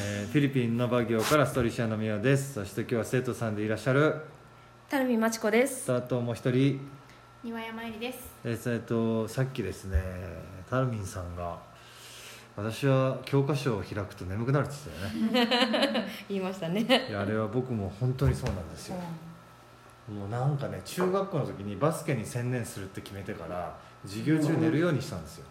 えーフィリピンのバ行からストリシアのミオですそして今日は生徒さんでいらっしゃるたるみまちこです。とあともう一人庭山えりです。えーえーとさっきですねタルミンさんが私は教科書を開くと眠くなるって言ってたよね言いましたね。いやあれは僕も本当にそうなんですよもうなんかね中学校の時にバスケに専念するって決めてから授業中寝るようにしたんですよ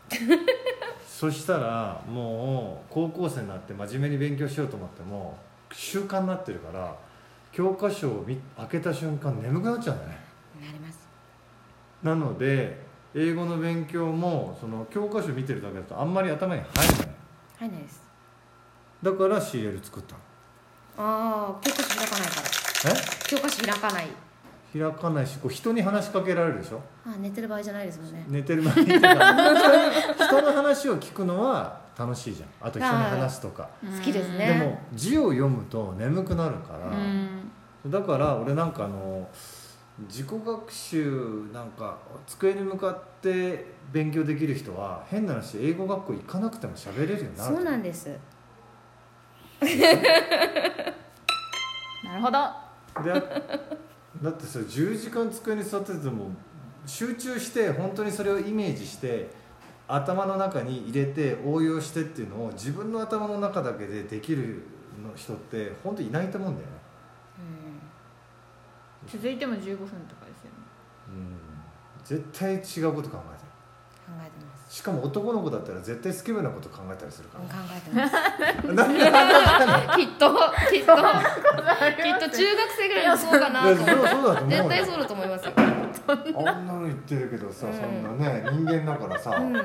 そしたらもう高校生になって真面目に勉強しようと思っても習慣になってるから教科書を見開けた瞬間眠くなっちゃうんだよねなります。なので英語の勉強もその教科書見てるだけだとあんまり頭に入らない入んないです。だから CL 作ったのああ、教科書開かないから。教科書開かない。え開かないしこう人に話しかけられるでしょあー寝てる場合じゃないですもんね。寝てる間にとか 人の話を聞くのは楽しいじゃんあと人に話すとか、好きですでねも字を読むと眠くなるから、うん。だから俺なんかあの自己学習なんか机に向かって勉強できる人は変な話英語学校行かなくても喋れるようになるそうなんです。なるほど。でだってさ10時間机に座ってても集中して本当にそれをイメージして頭の中に入れて応用してっていうのを自分の頭の中だけでできるの人って本当いないと思うんだよね、うん続いても15分とかですよね。うん、絶対違うこと考えてる考えてます。しかも男の子だったら絶対スケベなこと考えたりする考かえてます。らなん で考えたの きっと、きっと、 きっと中学生ぐらいはそうかなといや思 そうそうだと思って。う絶よ対そうだと思いますよ。あんなの言ってるけどさ、うんそんなね人間だからさ、うん。だ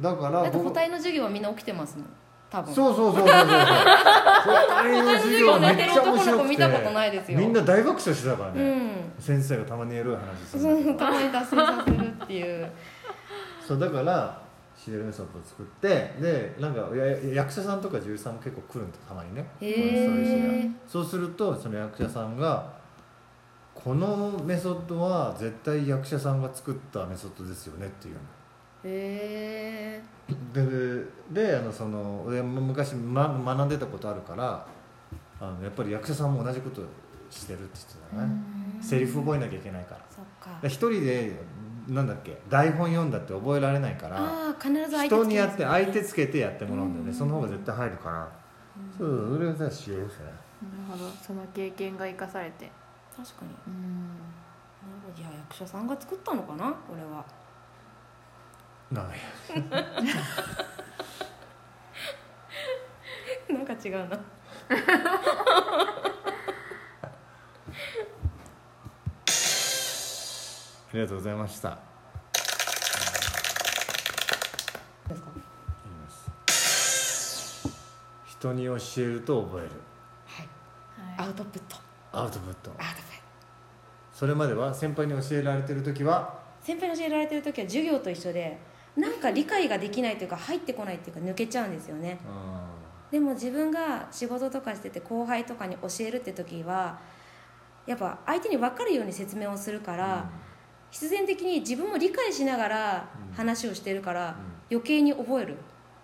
だからって僕個体の授業はみんな起きてますもん。多分。そうそうそうそうそう。隣の授業めっちゃ面白くて。見たことないですよみんな大爆笑してたからうね。ん。先生がたまにエロい話すそるんだけう、ど。たまに脱線させるっていう。そうだからシデルメソッドを作ってでなんかや役者さんとか女優さんも結構来るんだたまにね。へーそういう人がそうするとその役者さんが。このメソッドは絶対役者さんが作ったメソッドですよねっていうのへえ。でであのその俺も昔、ま、学んでたことあるからあのやっぱり役者さんも同じことしてるって言ってたね、セリフ覚えなきゃいけないからそっかで。一人でなんだっけ台本読んだって覚えられないからああ必ず相手つけます人にやって相手つけてやってもらうんだよね、うんその方が絶対入るから、そうそれはさ知恵ですねなるほど。その経験が生かされて。確かにうんなるほどいや役者さんが作ったのかなこれは なんやなんか違うなありがとうございましたですか言います人に教えると覚えるはいはアウトプットアウトプットアウトプッそれまでは先輩に教えられてる時はト先輩に教えられてる時は授業と一緒でなんか理解ができないというか入ってこないというか抜けちゃうんですよねうでも自分が仕事とかしてて後輩とかに教えるって時はやっぱ相手に分かるように説明をするから、必然的に自分も理解しながらうん話をしてるから、ん余計に覚える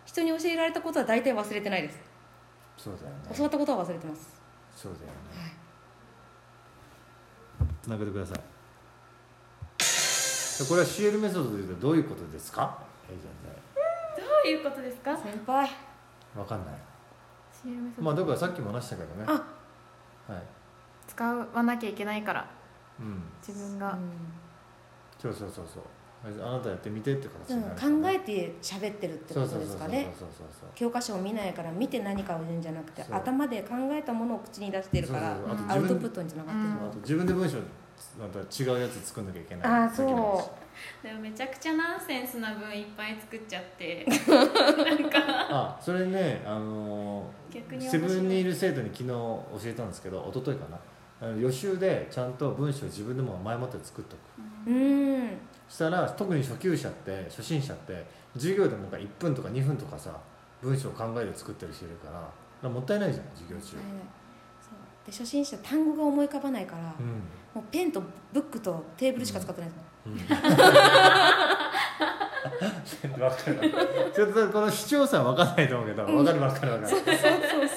人に教えられたことは大体忘れてないですそうだよね教わったことは忘れてますそうだよねはいつなげてくださいこれは CL メソッドでいうとどういうことですかえ全どういうことですか？先輩然わかんないシールメソッドまあだからさっきも話したけどねあはい使わなきゃいけないからうん自分が。そうそうそうそうあなたやってみてって形になるから、うん、考えて喋ってるってことですかねそうそうそうそうそうそう教科書を見ないから見て何かを言うんじゃなくてそう頭で考えたものを口に出してるからそうそうそうアあとウ自ト分プットにつながってる、うんあと自分で文章また違うやつ作んなきゃいけないああそうだけだしでもめちゃくちゃナンセンスな分いっぱい作っち ゃって。なんかあそれねあのー逆に面セ白いブンにいる生徒に昨日教えたんですけど一昨日かなあの予習でちゃんと文章を自分でも前もって作っとくうんそしたら特に初級者って初心者って授業でもなんか1分とか2分とかさ文章を考えて作ってる人いるからだからもったいないじゃん授業中、はいはいそうで初心者単語が思い浮かばないから、うもうペンとブックとテーブルしか使ってないです、ん、うん、全然わかるちょっとこの視聴者はわかんないと思うけどわかるわかるわかるそう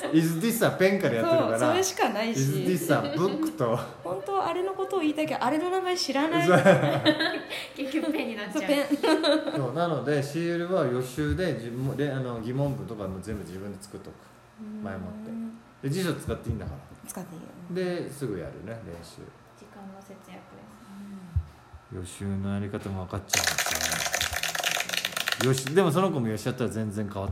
そう Is this a pen からやってるそうかそられしかない Is し this a book と本当はあれのことを言いたいけどあれの名前知らないそう結局ペンになっそうちゃうペンそうなのでシールは予習で自分であの疑問文とかも全部自分で作っとく前もってうんで辞書使っていいんだから使っていいよですぐやるね練習時間の節約です予習のやり方も分かっちゃうんですよねよしでもその子も予習やったら全然変わって